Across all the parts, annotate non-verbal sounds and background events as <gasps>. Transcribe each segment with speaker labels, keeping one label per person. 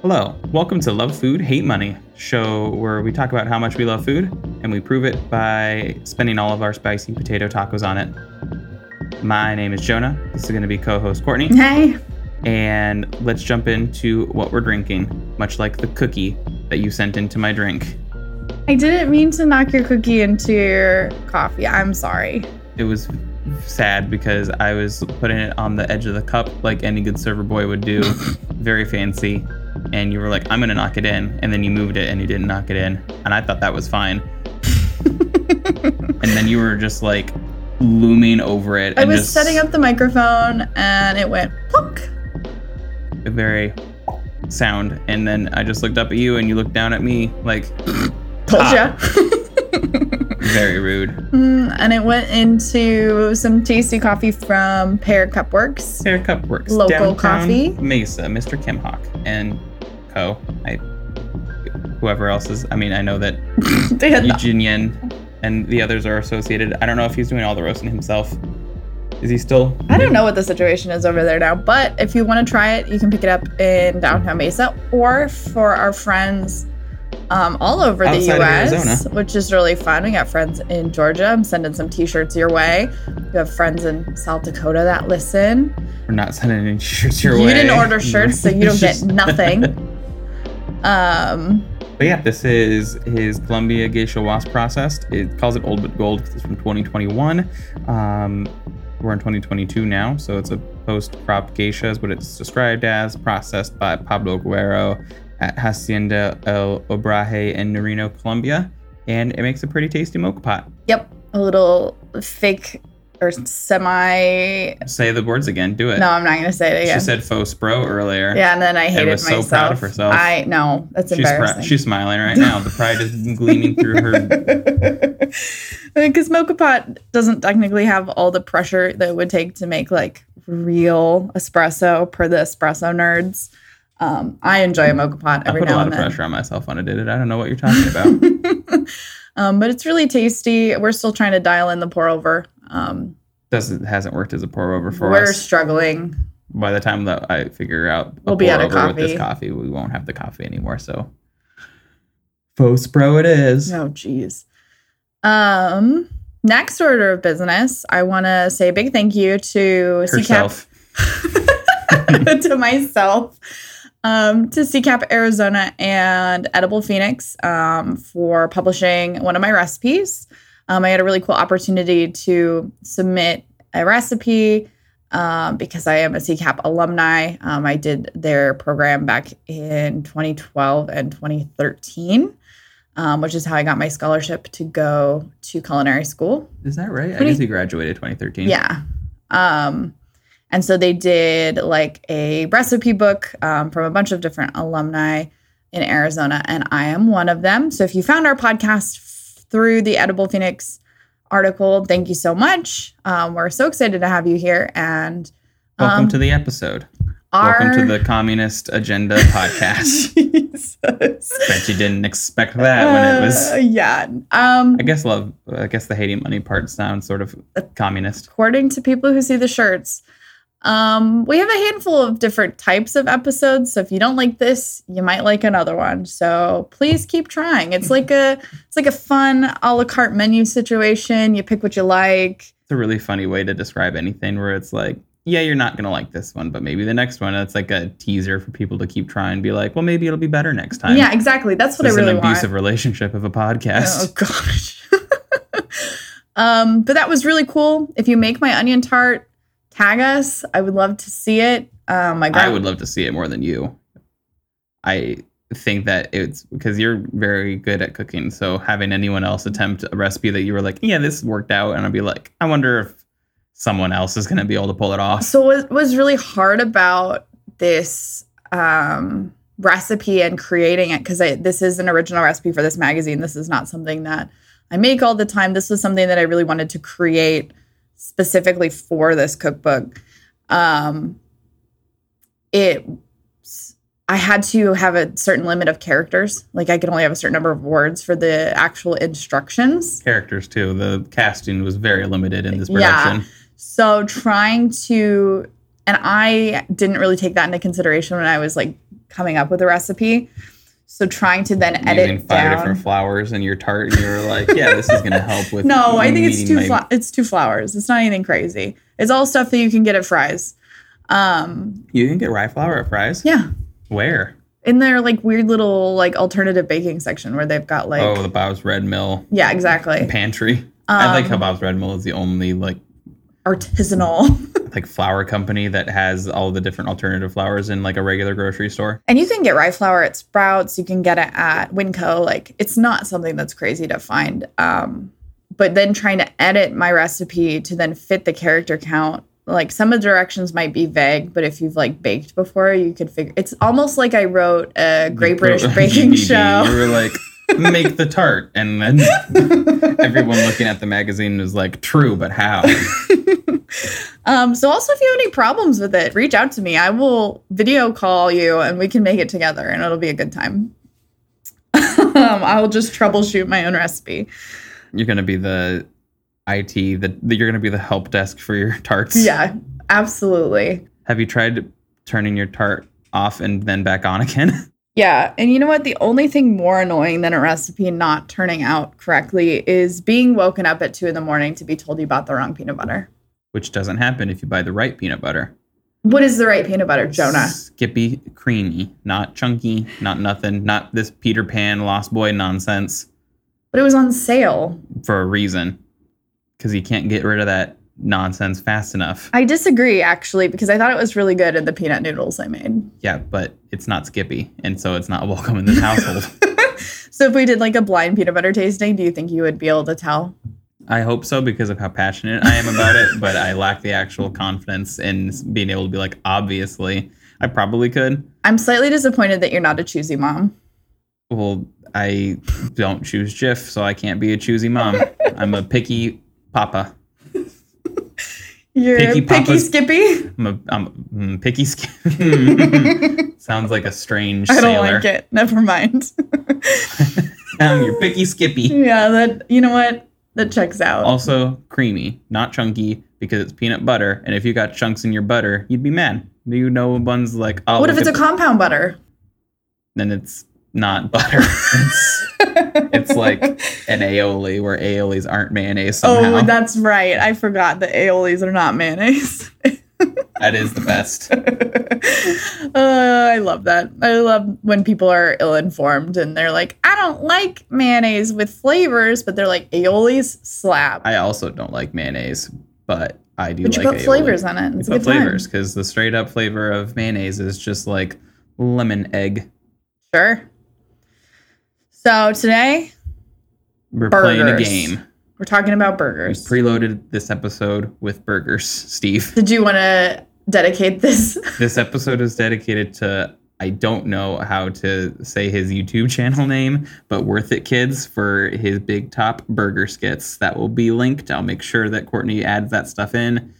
Speaker 1: Hello, welcome to Love Food, Hate Money, show where we talk about how much we love food and we prove it by spending all of our spicy potato tacos on it. My name is Jonah. This is going to be co host
Speaker 2: <laughs>
Speaker 1: Courtney.
Speaker 2: Hey,
Speaker 1: And let's jump into what we're drinking, much like the cookie that you sent into my drink.
Speaker 2: I didn't mean to knock your cookie into your coffee.
Speaker 1: <laughs>
Speaker 2: I'm sorry.
Speaker 1: It was sad because I was putting it on the edge of the cup like any good server boy would do, very fancy. And you were like, I'm going to knock it in. And then you moved it and you didn't knock it in. And I thought that was fine. and then you were just like looming over it.
Speaker 2: I
Speaker 1: and
Speaker 2: was
Speaker 1: just
Speaker 2: setting up the microphone and it went plunk.
Speaker 1: a very sound. And then I just looked up at you and you looked down at me like
Speaker 2: Told
Speaker 1: Ah.
Speaker 2: ya.
Speaker 1: very rude.
Speaker 2: <laughs> Mm, and it went into some tasty coffee from Pear Cupworks.
Speaker 1: Sarah Cup Works.
Speaker 2: Local
Speaker 1: downtown
Speaker 2: coffee.
Speaker 1: Mesa, Mr. Kim Hawk and co. I whoever else is I mean, I know that
Speaker 2: <laughs> They had the
Speaker 1: Eugene Yen and the others are associated. I don't know if he's doing all the roasting himself. Is he still?
Speaker 2: I don't know what the situation is over there now, but if you want to try it, you can pick it up in downtown Mesa or for our friends um, all over
Speaker 1: Outside of
Speaker 2: the US,
Speaker 1: Arizona.
Speaker 2: which is really fun. We got friends in Georgia. I'm sending some t shirts your way. We have friends in South Dakota that listen.
Speaker 1: We're not sending any shirts your
Speaker 2: you
Speaker 1: way.
Speaker 2: didn't order shirts, so you don't
Speaker 1: <laughs>
Speaker 2: get
Speaker 1: Just-
Speaker 2: nothing. Um,
Speaker 1: But yeah, this is his Columbia Geisha Wasp processed. It calls it Old But Gold because it's from 2021. Um, we're in 2022 now, so it's a post crop geisha, is what it's described as, processed by Pablo Guerrero at Hacienda El Obraje in Narino, Colombia. And it makes a pretty tasty mocha pot.
Speaker 2: yep, a little fake or semi.
Speaker 1: Say the words again, do it.
Speaker 2: No, I'm not going to say it again.
Speaker 1: She said faux spro earlier.
Speaker 2: yeah, and then I hated
Speaker 1: was so
Speaker 2: myself.
Speaker 1: proud of herself.
Speaker 2: I know that's
Speaker 1: She's,
Speaker 2: embarrassing.
Speaker 1: pr- she's smiling right now. The pride is gleaming through
Speaker 2: <laughs>
Speaker 1: her.
Speaker 2: because mocha pot doesn't technically have all the pressure that it would take to make like real espresso per the espresso nerds um, i enjoy a mocha pot
Speaker 1: I
Speaker 2: every
Speaker 1: put a
Speaker 2: now
Speaker 1: lot
Speaker 2: and
Speaker 1: of
Speaker 2: then
Speaker 1: pressure on myself when I did it. I don't know what you're talking about.
Speaker 2: <laughs> um, but it's really tasty we're still trying to dial in the pour over um,
Speaker 1: Doesn't hasn't worked as a pour over for
Speaker 2: we're
Speaker 1: us.
Speaker 2: struggling
Speaker 1: By the time that I figure out
Speaker 2: We'll be out of
Speaker 1: pour-over with this coffee, we won't have the coffee anymore. So faux pro it is.
Speaker 2: Oh, geez. Um, next order of business, I want to say a big thank you to
Speaker 1: Herself.
Speaker 2: CCAP, to myself, um, to CCAP Arizona and Edible Phoenix um, for publishing one of my recipes. Um, I had a really cool opportunity to submit a recipe um, because I am a CCAP alumni. Um, I did their program back in 2012 and 2013, um, which is how I got my scholarship to go to culinary school.
Speaker 1: Is that right? I
Speaker 2: Twenty-
Speaker 1: guess he graduated 2013.
Speaker 2: Yeah. Um, and so they did like a recipe book um, from a bunch of different alumni in Arizona, and I am one of them. So if you found our podcast f- through the Edible Phoenix article, thank you so much. Um, we're so excited to have you here, and
Speaker 1: Welcome
Speaker 2: um,
Speaker 1: to the episode.
Speaker 2: our
Speaker 1: Welcome to the Communist Agenda podcast.
Speaker 2: <laughs> Jesus.
Speaker 1: Bet you didn't expect that when it was.
Speaker 2: Uh, yeah. Um,
Speaker 1: I guess love. I guess the hating money part sounds sort of
Speaker 2: uh,
Speaker 1: communist.
Speaker 2: according to people who see the shirts. Um, we have a handful of different types of episodes, so if you don't like this, you might like another one. So please keep trying. It's like a it's like a fun a la carte menu situation. You pick what you like.
Speaker 1: It's a really funny way to describe anything where it's like, yeah, you're not gonna like this one, but maybe the next one. It's like a teaser for people to keep trying and be like, well, maybe it'll be better next time.
Speaker 2: yeah, exactly. That's what
Speaker 1: This
Speaker 2: I really
Speaker 1: an
Speaker 2: want.
Speaker 1: abusive relationship of a <laughs>
Speaker 2: Oh
Speaker 1: podcast.
Speaker 2: gosh. <laughs> um, but that was really cool. If you make my onion tart, tag us. I would love to see it. Um, my
Speaker 1: I
Speaker 2: grand-
Speaker 1: would love to see it more than you. I think that it's because you're very good at cooking. So having anyone else attempt a recipe that you were like, yeah, this worked out, and I'd be like, I wonder if someone else is gonna be able to pull it off.
Speaker 2: So what was really hard about this um, recipe and creating it because this is an original recipe for this magazine. This is not something that I make all the time. This was something that I really wanted to create specifically for this cookbook. Um, it I had to have a certain limit of characters. Like I could only have a certain number of words for the actual instructions.
Speaker 1: Characters too. The casting was very limited in this
Speaker 2: Yeah.
Speaker 1: production.
Speaker 2: So trying to, and I didn't really take that into consideration when I was like coming up with a recipe. So trying to then edit
Speaker 1: Using five
Speaker 2: down.
Speaker 1: different flowers in your tart, and you were like, "Yeah, this is gonna
Speaker 2: <laughs>
Speaker 1: help with."
Speaker 2: No, I think it's
Speaker 1: meeting
Speaker 2: two
Speaker 1: my-
Speaker 2: fla- it's two flowers. It's not anything crazy. It's all stuff that you can get at Fry's. Um,
Speaker 1: You can get rye flour at fries.
Speaker 2: yeah,
Speaker 1: Where?
Speaker 2: in their like weird little like alternative baking section where they've got like
Speaker 1: oh, the Bob's Red Mill
Speaker 2: yeah, exactly
Speaker 1: pantry. I like how
Speaker 2: Um,
Speaker 1: Bob's Red Mill is the only like
Speaker 2: artisanal.
Speaker 1: like flour company that has all the different alternative flours in like a regular grocery
Speaker 2: <laughs>
Speaker 1: store.
Speaker 2: and you can get rye flour at Sprouts. You can get it at Winco. Like it's not something that's crazy to find. Um, but then trying to edit my recipe to then fit the character count. Like some of the directions might be vague, but if you've like baked before, you could figure. It's almost like I wrote a Great
Speaker 1: <laughs>
Speaker 2: British Baking
Speaker 1: GBB.
Speaker 2: Show.
Speaker 1: E You were like, make the tart, and
Speaker 2: <laughs>
Speaker 1: then everyone looking at the magazine was like, "True, but
Speaker 2: <laughs>
Speaker 1: how?"
Speaker 2: Um, so also if you have any problems with it, reach out to me. I will video call you and we can make it together and it'll be a good time. <laughs> um, I will just troubleshoot my own recipe.
Speaker 1: You're gonna be the IT. The, the you're gonna be the help desk for your tarts.
Speaker 2: Yeah, absolutely.
Speaker 1: Have you tried turning your tart off and then back on again? <laughs>
Speaker 2: Yeah, and you know what? The only thing more annoying than a recipe not turning out correctly is being woken up at two in the morning to be told you bought the wrong peanut butter.
Speaker 1: Which doesn't happen if you buy the right peanut butter.
Speaker 2: What is the right peanut butter, Jonah?
Speaker 1: Skippy creamy, not chunky, not nothing, not this Peter Pan Lost Boy nonsense
Speaker 2: But it was on sale.
Speaker 1: for a reason. Because you can't get rid of that nonsense fast enough.
Speaker 2: I disagree actually because I thought it was really good in the peanut noodles I made.
Speaker 1: Yeah, but it's not Skippy, and so it's not <laughs> welcome in this household.
Speaker 2: So if we did like a blind peanut butter tasting, do you think you would be able to tell?
Speaker 1: I hope so because of how passionate I am about it, but I lack the actual confidence in being able to be like, obviously, I probably could.
Speaker 2: I'm slightly disappointed that you're not a choosy mom.
Speaker 1: Well, I don't choose Jif, so I can't be a choosy mom. I'm a picky papa.
Speaker 2: You're
Speaker 1: Picky
Speaker 2: picky,
Speaker 1: Papa's-
Speaker 2: Skippy. <laughs>
Speaker 1: I'm a I'm mm, picky skin. <laughs> Sounds like a strange
Speaker 2: I don't
Speaker 1: sailor.
Speaker 2: like it. Never mind. <laughs>
Speaker 1: Um, you're picky Skippy.
Speaker 2: yeah, that you know what? That checks out.
Speaker 1: Also creamy, not chunky, because it's peanut butter. And if you got chunks in your butter, you'd be mad. You know, one's like, oh,
Speaker 2: what if
Speaker 1: look
Speaker 2: it's a
Speaker 1: at
Speaker 2: compound butter?
Speaker 1: then it's not butter. it's, it's like an aioli where aiolis aren't mayonnaise somehow.
Speaker 2: Oh, that's right. I forgot that aiolis are not mayonnaise. <laughs>
Speaker 1: that is the best.
Speaker 2: Uh, I love that. I love when people are ill informed and they're like, I don't like mayonnaise with flavors, but they're like, aiolis slap.
Speaker 1: I also don't like mayonnaise, but I do
Speaker 2: but you
Speaker 1: like
Speaker 2: put
Speaker 1: aioli.
Speaker 2: flavors on it. and
Speaker 1: You
Speaker 2: It's a
Speaker 1: put
Speaker 2: good time.
Speaker 1: flavors because the straight up flavor of mayonnaise is just like lemon egg.
Speaker 2: Sure. So today
Speaker 1: We're playing a
Speaker 2: Burgers.
Speaker 1: game.
Speaker 2: we're talking about
Speaker 1: We
Speaker 2: burgers.
Speaker 1: preloaded this episode with burgers, <laughs> Steve.
Speaker 2: Did you want to dedicate this? <laughs>
Speaker 1: this episode is dedicated to I don't know how to say his YouTube channel name, but worth it kids for his big top burger skits. That will be linked. I'll make sure that Courtney adds that stuff in.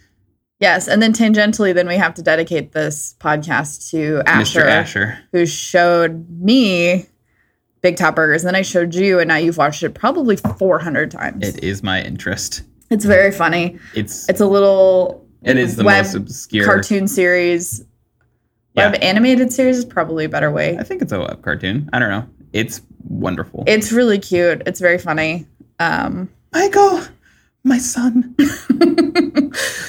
Speaker 2: yes, and then tangentially, then we have to dedicate this podcast to Asher,
Speaker 1: Mr. Asher.
Speaker 2: who showed me Big Top Burgers, and then I showed you, and now you've watched it probably 400 times.
Speaker 1: It is my interest.
Speaker 2: it's very funny.
Speaker 1: It's,
Speaker 2: It's a little
Speaker 1: it is the
Speaker 2: web
Speaker 1: most obscure
Speaker 2: cartoon series.
Speaker 1: Yeah.
Speaker 2: Web animated series is probably a better way.
Speaker 1: I think it's a web cartoon. I don't know. It's wonderful.
Speaker 2: It's really cute. It's very funny. Um,
Speaker 1: Michael, my
Speaker 2: <laughs>
Speaker 1: son.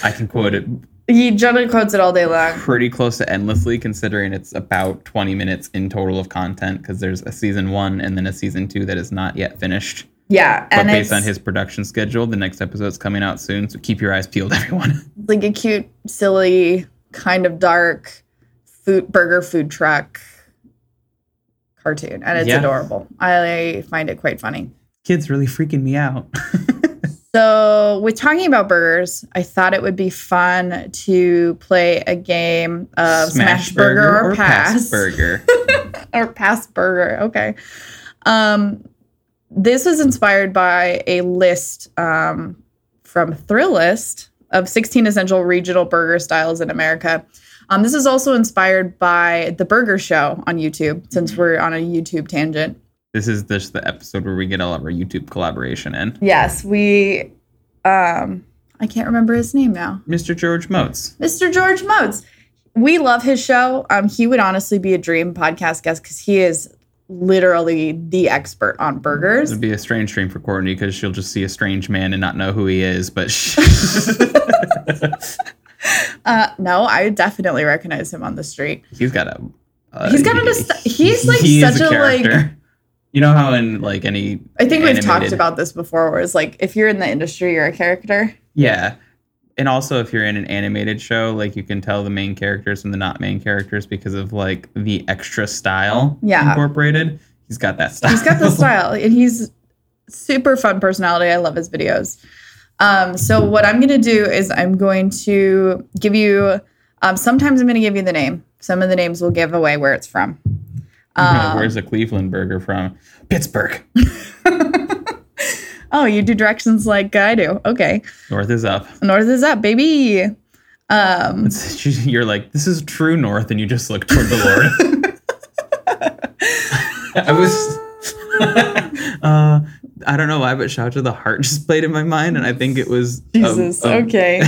Speaker 1: I can quote it
Speaker 2: He Jonah quotes it all day long.
Speaker 1: pretty close to endlessly, considering it's about 20 minutes in total of content because there's a season one and then a season two that is not yet finished.
Speaker 2: Yeah,
Speaker 1: But
Speaker 2: and it's
Speaker 1: based on his production schedule, the next episode's coming out soon. So keep your eyes peeled, <laughs> everyone.
Speaker 2: like a cute, silly, kind of dark food burger food truck cartoon, and it's
Speaker 1: Yeah.
Speaker 2: adorable. I find it quite funny.
Speaker 1: Kid's really freaking me out.
Speaker 2: So, with talking about burgers, I thought it would be fun to play a game of Smash, Burger, or, Pass,
Speaker 1: Burger.
Speaker 2: <laughs> or Pass Burger. Okay. Um, this was inspired by a list um, from Thrillist of 16 essential regional burger styles in America. Um, this is also inspired by The Burger Show on YouTube, since we're on a YouTube tangent.
Speaker 1: this is just the episode where we get all of our YouTube collaboration in.
Speaker 2: Yes, we, um, I can't remember his name now.
Speaker 1: Mr. George Motes.
Speaker 2: Mr. George Motes. we love his show. Um, he would honestly be a dream podcast guest because he is literally the expert on burgers.
Speaker 1: It'd be a strange stream for Courtney because she'll just see a strange man and not know who he is. But
Speaker 2: <laughs>
Speaker 1: sh
Speaker 2: Uh, no, I would definitely recognize him on the street.
Speaker 1: he's got a. Uh,
Speaker 2: He's got an ast- he's, like,
Speaker 1: he is
Speaker 2: such a, like-
Speaker 1: character. You know how in like any
Speaker 2: I think we've talked
Speaker 1: Animated.
Speaker 2: about this before, where it's like if you're in the industry, you're a character.
Speaker 1: yeah, and also if you're in an animated show, like you can tell the main characters and the not main characters because of like the extra style
Speaker 2: Yeah.
Speaker 1: incorporated. He's got that style.
Speaker 2: He's
Speaker 1: <laughs>
Speaker 2: got the style, and he's super fun personality. I love his videos. Um, so what I'm gonna do is I'm going to give you. Um, sometimes I'm gonna give you the name. Some of the names will give away where it's from.
Speaker 1: Yeah, <laughs>
Speaker 2: Um,
Speaker 1: Where's the Cleveland burger from? Pittsburgh.
Speaker 2: oh, you do directions like I do. Okay,
Speaker 1: North is up.
Speaker 2: north is up, baby. Um,
Speaker 1: It's- <laughs> You're like, this is true north, and you just look toward the Lord. <laughs> I was. <laughs> uh, I don't know why, but Shout to the Heart just played in my mind, and I think it was. um,
Speaker 2: Jesus.
Speaker 1: um,
Speaker 2: okay.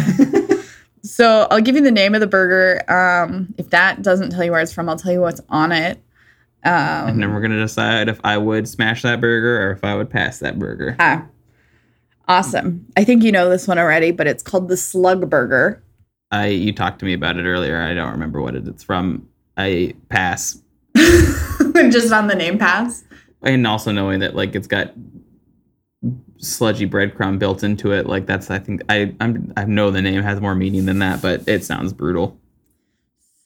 Speaker 1: <laughs>
Speaker 2: so I'll give you the name of the burger. Um, if that doesn't tell you where it's from, I'll tell you what's on it.
Speaker 1: And
Speaker 2: Um,
Speaker 1: then we're going to decide if I would smash that burger or if I would pass that burger.
Speaker 2: ah, awesome. I think you know this one already, but it's called the Slug Burger. <laughs>
Speaker 1: I You talked to me about it earlier. I don't remember what it- it's from. I pass.
Speaker 2: Just on the name pass.
Speaker 1: And also knowing that, like, it's got sludgy breadcrumb built into it like that's i think i I'm, i know the name has more meaning than that but it sounds brutal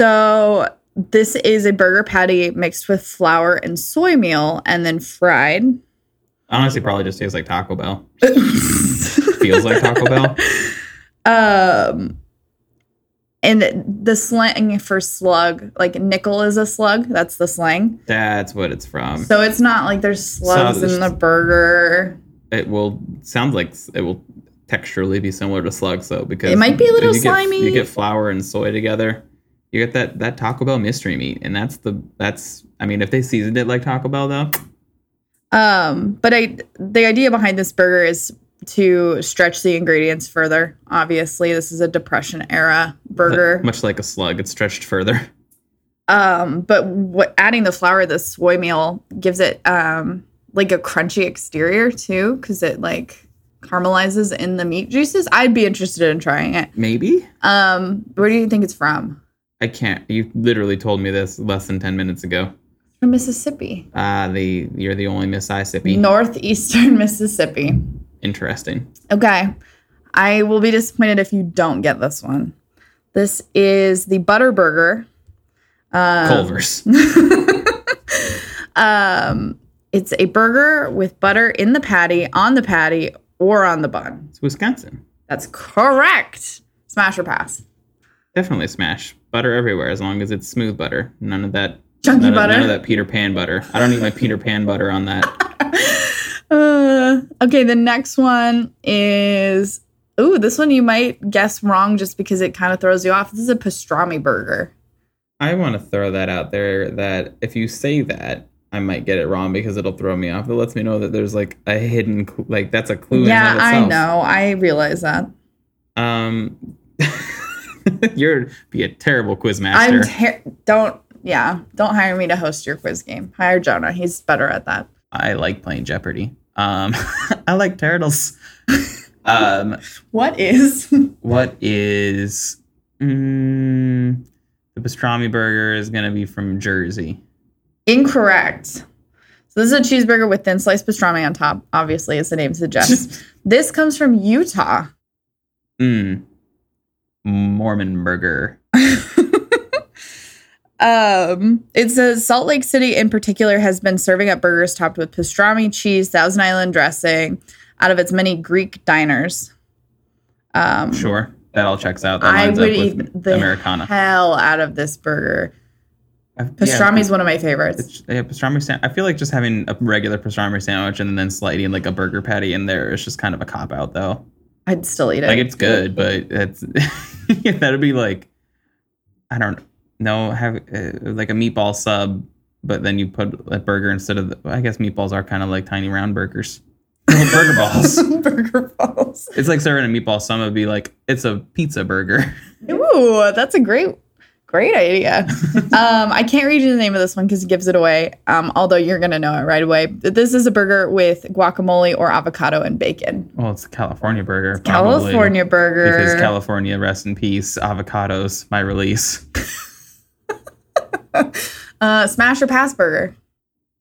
Speaker 2: So this is a burger patty mixed with flour and soy meal and then fried. <laughs>
Speaker 1: Honestly, probably just tastes like Taco Bell. Feels like Taco
Speaker 2: <laughs>
Speaker 1: Bell.
Speaker 2: Um, and the slang for slug, like nickel is a slug. That's the slang.
Speaker 1: That's what it's from.
Speaker 2: So Um, it's not like there's slugs
Speaker 1: Sounds-
Speaker 2: in the burger.
Speaker 1: it will sounds like s- it will texturally be similar to slugs though, because
Speaker 2: It might be a little
Speaker 1: you get-
Speaker 2: slimy.
Speaker 1: you get flour and soy together. You get that that Taco Bell mystery meat, and that's the that's. I mean, if they seasoned it like Taco Bell though,
Speaker 2: Um, but I, the idea behind this burger is to stretch the ingredients further. Obviously, this is a depression era <laughs> burger.
Speaker 1: much like a slug, it's stretched further. <laughs>
Speaker 2: Um, but what adding the flour, the soy meal gives it um like a crunchy exterior too, because it like caramelizes in the meat juices. I'd be interested in trying it.
Speaker 1: Maybe
Speaker 2: Um, where do you think it's from?
Speaker 1: I can't. You literally told me this less than ten minutes ago.
Speaker 2: From Mississippi,
Speaker 1: Ah, the you're the only Miss Mississippi.
Speaker 2: Mm. northeastern <laughs> Mississippi.
Speaker 1: Interesting.
Speaker 2: Okay, I will be disappointed if you don't get this one. This is the butter burger. Um, <laughs>
Speaker 1: Culver's.
Speaker 2: um, it's a burger with butter in the patty, on the patty, or on the bun.
Speaker 1: It's Wisconsin.
Speaker 2: That's correct. Smash or pass.
Speaker 1: Definitely smash butter everywhere as long as it's smooth butter. None of that
Speaker 2: Chunky
Speaker 1: none, Of,
Speaker 2: butter.
Speaker 1: none of that Peter Pan butter. I don't need my Peter Pan butter on that.
Speaker 2: <laughs> Uh, okay, the next one is. Ooh, this one you might guess wrong just because it kind of throws you off. This is a pastrami burger.
Speaker 1: I want to throw that out there that if you say that, I might get it wrong because it'll throw me off. It lets me know that there's like a hidden cl- like that's a clue.
Speaker 2: yeah,
Speaker 1: in and
Speaker 2: I
Speaker 1: of
Speaker 2: know. I realize that.
Speaker 1: know. Um, <laughs> you're be a terrible quiz
Speaker 2: I'm
Speaker 1: master.
Speaker 2: ter- don't. Yeah, don't hire me to host your quiz game. Hire Jonah. He's better at that.
Speaker 1: I like playing Jeopardy. Um, <laughs> I like turtles. <laughs> um,
Speaker 2: What is? <laughs>
Speaker 1: What is mm, the pastrami burger is gonna be from Jersey? <laughs>
Speaker 2: Incorrect. So this is a cheeseburger with thin sliced pastrami on top, obviously, as the
Speaker 1: <laughs>
Speaker 2: name suggests. this comes from Utah.
Speaker 1: Mm. Mormon burger.
Speaker 2: Um, it says Salt Lake City in particular has been serving up burgers topped with pastrami, cheese, Thousand Island dressing out of its many Greek diners. Um,
Speaker 1: Sure, that all checks out. That
Speaker 2: I
Speaker 1: lines
Speaker 2: would
Speaker 1: up
Speaker 2: eat
Speaker 1: with
Speaker 2: the
Speaker 1: Americana.
Speaker 2: hell out of this burger.
Speaker 1: I've- yeah,
Speaker 2: Pastrami is one of my favorites.
Speaker 1: it's- Yeah, pastrami. San- I feel like just having a regular pastrami sandwich and then sliding like a burger patty in there is just kind of a cop out, though.
Speaker 2: I'd still eat it.
Speaker 1: Like
Speaker 2: <laughs>
Speaker 1: it's good, but <laughs> it's that'd be like I don't know have uh, like a meatball sub, but then you put a burger instead of the, I guess meatballs are kind of like tiny round burgers, <laughs> Little burger <laughs>
Speaker 2: <laughs>
Speaker 1: balls.
Speaker 2: burger balls.
Speaker 1: It's like serving a meatball sub would be like it's a pizza burger. <laughs>
Speaker 2: Ooh, that's a great, Great idea. um, I can't read you the name of this one because it gives it away. Um, although you're gonna know it right away. This is a burger with guacamole or avocado and bacon.
Speaker 1: Well, it's a California burger. probably,
Speaker 2: California burger.
Speaker 1: Because California, rest in peace. Avocados, my release.
Speaker 2: uh, smash or pass burger.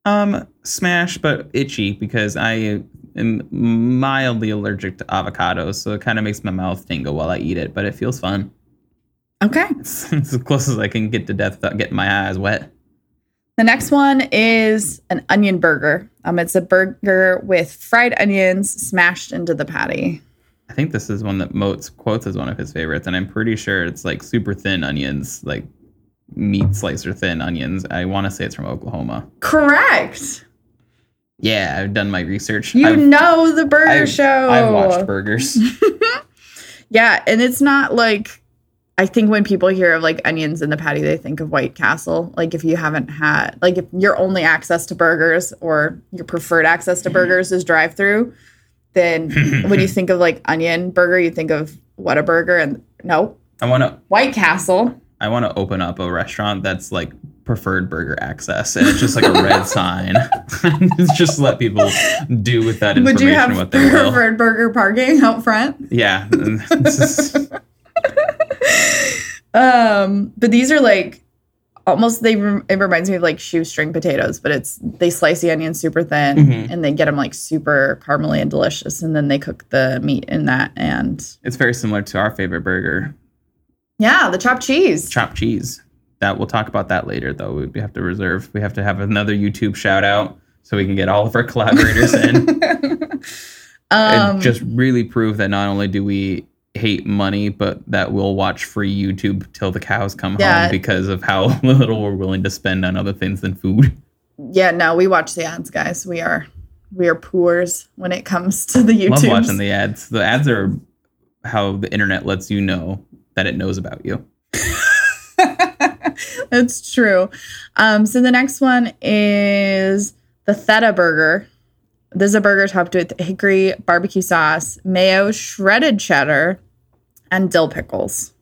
Speaker 1: Um, smash, but itchy because I am mildly allergic to avocados, so it kind of makes my mouth tingle while I eat it, but it feels fun. <laughs>
Speaker 2: Okay.
Speaker 1: It's, it's as close as I can get to death without getting my eyes wet.
Speaker 2: The next one is an onion burger. Um, it's a burger with fried onions smashed into the patty.
Speaker 1: I think this is one that Moats quotes as one of his favorites, and I'm pretty sure it's like super thin onions, like meat slicer thin onions. I want to say it's from Oklahoma.
Speaker 2: Correct.
Speaker 1: Yeah, I've done my research.
Speaker 2: You
Speaker 1: I've,
Speaker 2: know the burger
Speaker 1: I've-
Speaker 2: show.
Speaker 1: I've watched burgers. <laughs>
Speaker 2: Yeah, and it's not like I think when people hear of like onions in the patty, they think of White Castle. Like if you haven't had like if your only access to burgers or your preferred access to burgers is drive through, then when you think of like onion burger, you think of what a burger and no,
Speaker 1: I want to
Speaker 2: White Castle.
Speaker 1: I want to open up a restaurant that's like preferred burger access, and it's just like a
Speaker 2: <laughs>
Speaker 1: red sign. <laughs> just let people do with that information
Speaker 2: Would you have <laughs>
Speaker 1: what they will.
Speaker 2: preferred burger parking out front?
Speaker 1: Yeah, <laughs> This is-
Speaker 2: Um, but these are like almost they rem- it reminds me of like shoestring potatoes, but it's they slice the onion super thin
Speaker 1: Mhm.
Speaker 2: and they get them like super caramely and delicious, and then they cook the meat in that and
Speaker 1: it's very similar to our favorite burger,
Speaker 2: yeah, the chopped cheese.
Speaker 1: chopped cheese. That we'll talk about that later, though. We have to reserve. We have to have another YouTube shout out so we can get all of our collaborators in.
Speaker 2: um,
Speaker 1: and just really prove that not only do we hate money, but that we'll watch free YouTube till the cows come
Speaker 2: Yeah.
Speaker 1: home because of how <laughs> little we're willing to spend on other things than food. <laughs>
Speaker 2: yeah, no, we watch the ads, guys. We are we are poors when it comes to the
Speaker 1: Love
Speaker 2: YouTube.
Speaker 1: watching the ads. The ads are how the internet lets you know that it knows about you.
Speaker 2: <laughs> That's true. Um, so the next one is the Theta Burger. This is a burger topped with hickory barbecue sauce, mayo, shredded cheddar, and dill pickles.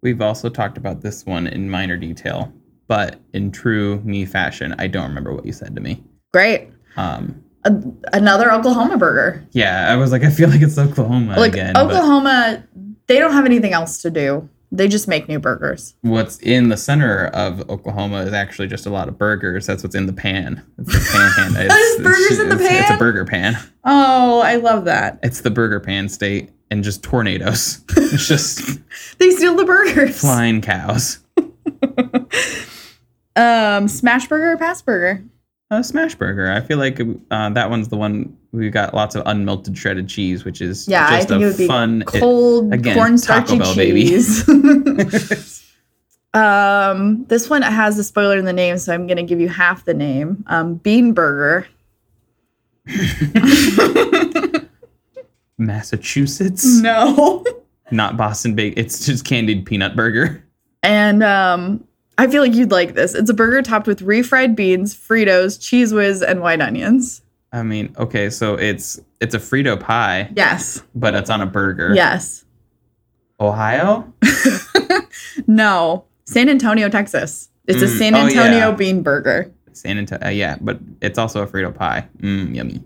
Speaker 1: We've also talked about this one in minor detail, but in true me fashion, I don't remember what you said to me.
Speaker 2: Great.
Speaker 1: Um,
Speaker 2: A- another Oklahoma burger.
Speaker 1: yeah, I was like, I feel like it's Oklahoma
Speaker 2: Like
Speaker 1: again. but-
Speaker 2: Oklahoma, they don't have anything else to do. They just make new burgers.
Speaker 1: what's in the center of Oklahoma is actually just a lot of burgers. That's what's in the pan. It's the pan.
Speaker 2: <laughs>
Speaker 1: pan. It's,
Speaker 2: There's burgers in the
Speaker 1: it's- It's a
Speaker 2: pan?
Speaker 1: burger pan.
Speaker 2: Oh, I love that.
Speaker 1: It's the burger pan state, and just
Speaker 2: <laughs>
Speaker 1: tornadoes. it's just
Speaker 2: They steal the burgers.
Speaker 1: flying cows.
Speaker 2: Um, smash burger or pass burger?
Speaker 1: A smash burger. I feel like uh, that one's the one we got lots of unmelted shredded cheese, which is
Speaker 2: Yeah, I
Speaker 1: just
Speaker 2: think
Speaker 1: a
Speaker 2: it would be
Speaker 1: fun. it-
Speaker 2: cold
Speaker 1: again,
Speaker 2: cornstarchy
Speaker 1: Taco Bell, baby.
Speaker 2: cheese.
Speaker 1: <laughs>
Speaker 2: <laughs> um, this one has the spoiler in the name, so I'm going to give you half the name. Um, Bean Burger, Mm.
Speaker 1: Massachusetts,
Speaker 2: no, <laughs>
Speaker 1: not Boston Bake. It's just candied peanut burger. <laughs>
Speaker 2: and um, I feel like you'd like this. It's a burger topped with refried beans, Fritos, cheese whiz, and white onions.
Speaker 1: I mean, okay, so it's it's a Frito pie,
Speaker 2: Yes,
Speaker 1: but it's on a burger.
Speaker 2: yes,
Speaker 1: Ohio.
Speaker 2: no, San Antonio, Texas. It's a
Speaker 1: Mm,
Speaker 2: San
Speaker 1: oh, yeah.
Speaker 2: Antonio Bean Burger.
Speaker 1: San Antonio, uh, yeah, but it's also a Frito pie. Mmm, yummy.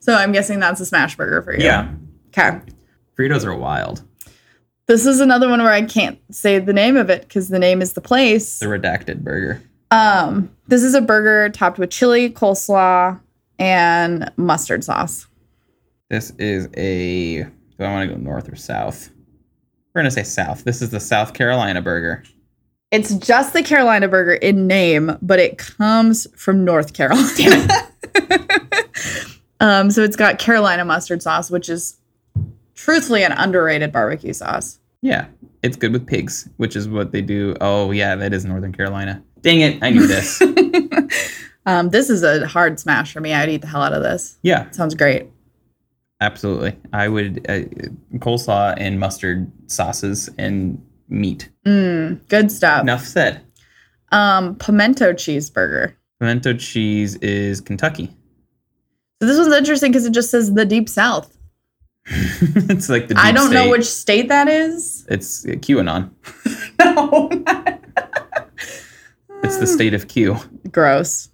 Speaker 2: So I'm guessing that's a smash burger for you. Okay.
Speaker 1: Fritos are wild.
Speaker 2: This is another one where I can't say the name of it because the name is the place.
Speaker 1: The redacted burger.
Speaker 2: Um, this is a burger topped with chili, coleslaw, and mustard sauce.
Speaker 1: This is a. Do I want to go north or south? We're gonna say south. This is the South Carolina burger.
Speaker 2: It's just the Carolina burger in name, but it comes from North Carolina. <laughs> um, so it's got Carolina mustard sauce, which is truthfully an underrated barbecue sauce.
Speaker 1: Yeah, it's good with pigs, which is what they do. Oh yeah, that is Northern Carolina. Dang it, I knew this.
Speaker 2: <laughs> Um, this is a hard smash for me. I'd eat the hell out of this.
Speaker 1: yeah,
Speaker 2: Sounds great.
Speaker 1: absolutely. I would uh, coleslaw and mustard sauces and meat.
Speaker 2: Mm, good stuff.
Speaker 1: Enough said.
Speaker 2: Um, pimento cheeseburger.
Speaker 1: Pimento cheese is Kentucky. <laughs>
Speaker 2: So this one's interesting because it just says the deep south.
Speaker 1: it's like the.
Speaker 2: I
Speaker 1: deep
Speaker 2: don't know
Speaker 1: state.
Speaker 2: which state that is.
Speaker 1: It's QAnon.
Speaker 2: <laughs> No.
Speaker 1: It's the state of Q.
Speaker 2: Oh. Gross.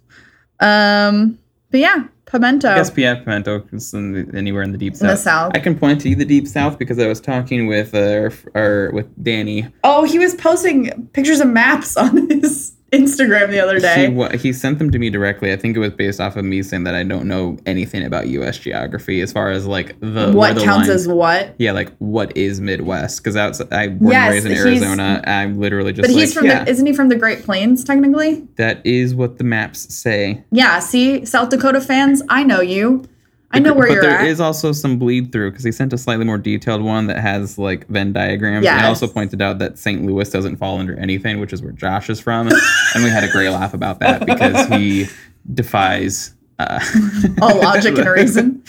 Speaker 2: Um, but yeah, pimento
Speaker 1: I guess Pierre Pimento is in the, anywhere in the deep
Speaker 2: in the
Speaker 1: south.
Speaker 2: south.
Speaker 1: I can point to the deep south because I was talking with uh, our, our with Danny.
Speaker 2: oh, he was posting pictures of maps on <laughs> his Instagram the other
Speaker 1: He
Speaker 2: day.
Speaker 1: wa- he sent them to me directly. I think it was based off of me saying that I don't know anything about U.S. geography as far as like the where
Speaker 2: what
Speaker 1: the
Speaker 2: counts
Speaker 1: lines-
Speaker 2: as what?
Speaker 1: yeah, like what is Midwest? Because I born
Speaker 2: Yes,
Speaker 1: and raised in
Speaker 2: he's-
Speaker 1: Arizona. I'm literally just
Speaker 2: But
Speaker 1: like
Speaker 2: he's from
Speaker 1: yeah,
Speaker 2: the isn't he from the Great Plains technically?
Speaker 1: that is what the maps say.
Speaker 2: Yeah, see, South Dakota fans, I know you. I know where
Speaker 1: but
Speaker 2: you're
Speaker 1: there
Speaker 2: at.
Speaker 1: is also some bleed through because he sent a slightly more detailed one that has like Venn diagrams. And
Speaker 2: Yes.
Speaker 1: I also pointed out that St. Louis doesn't fall under anything, which is where Josh is from, and we had a great laugh about that because
Speaker 2: <laughs>
Speaker 1: he defies uh, <laughs>
Speaker 2: All logic and reason.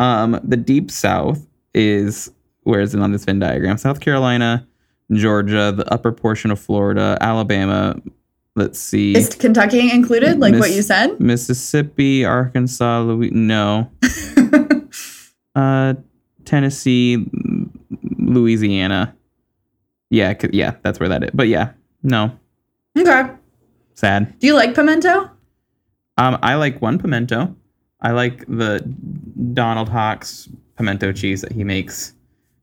Speaker 1: Um, the Deep South is where is it on this Venn diagram? South Carolina, Georgia, the upper portion of Florida, Alabama. Let's see,
Speaker 2: Is Kentucky included, like what
Speaker 1: Miss-
Speaker 2: you said?
Speaker 1: Mississippi, Arkansas, Louis.
Speaker 2: <laughs>
Speaker 1: No, uh, Tennessee, mm, Louisiana. Yeah, 'cause- yeah, that's where that is. But yeah, no,
Speaker 2: Okay.
Speaker 1: sad.
Speaker 2: Do you like pimento?
Speaker 1: Um, I like one pimento. I like the Donald Hawk's pimento cheese that he makes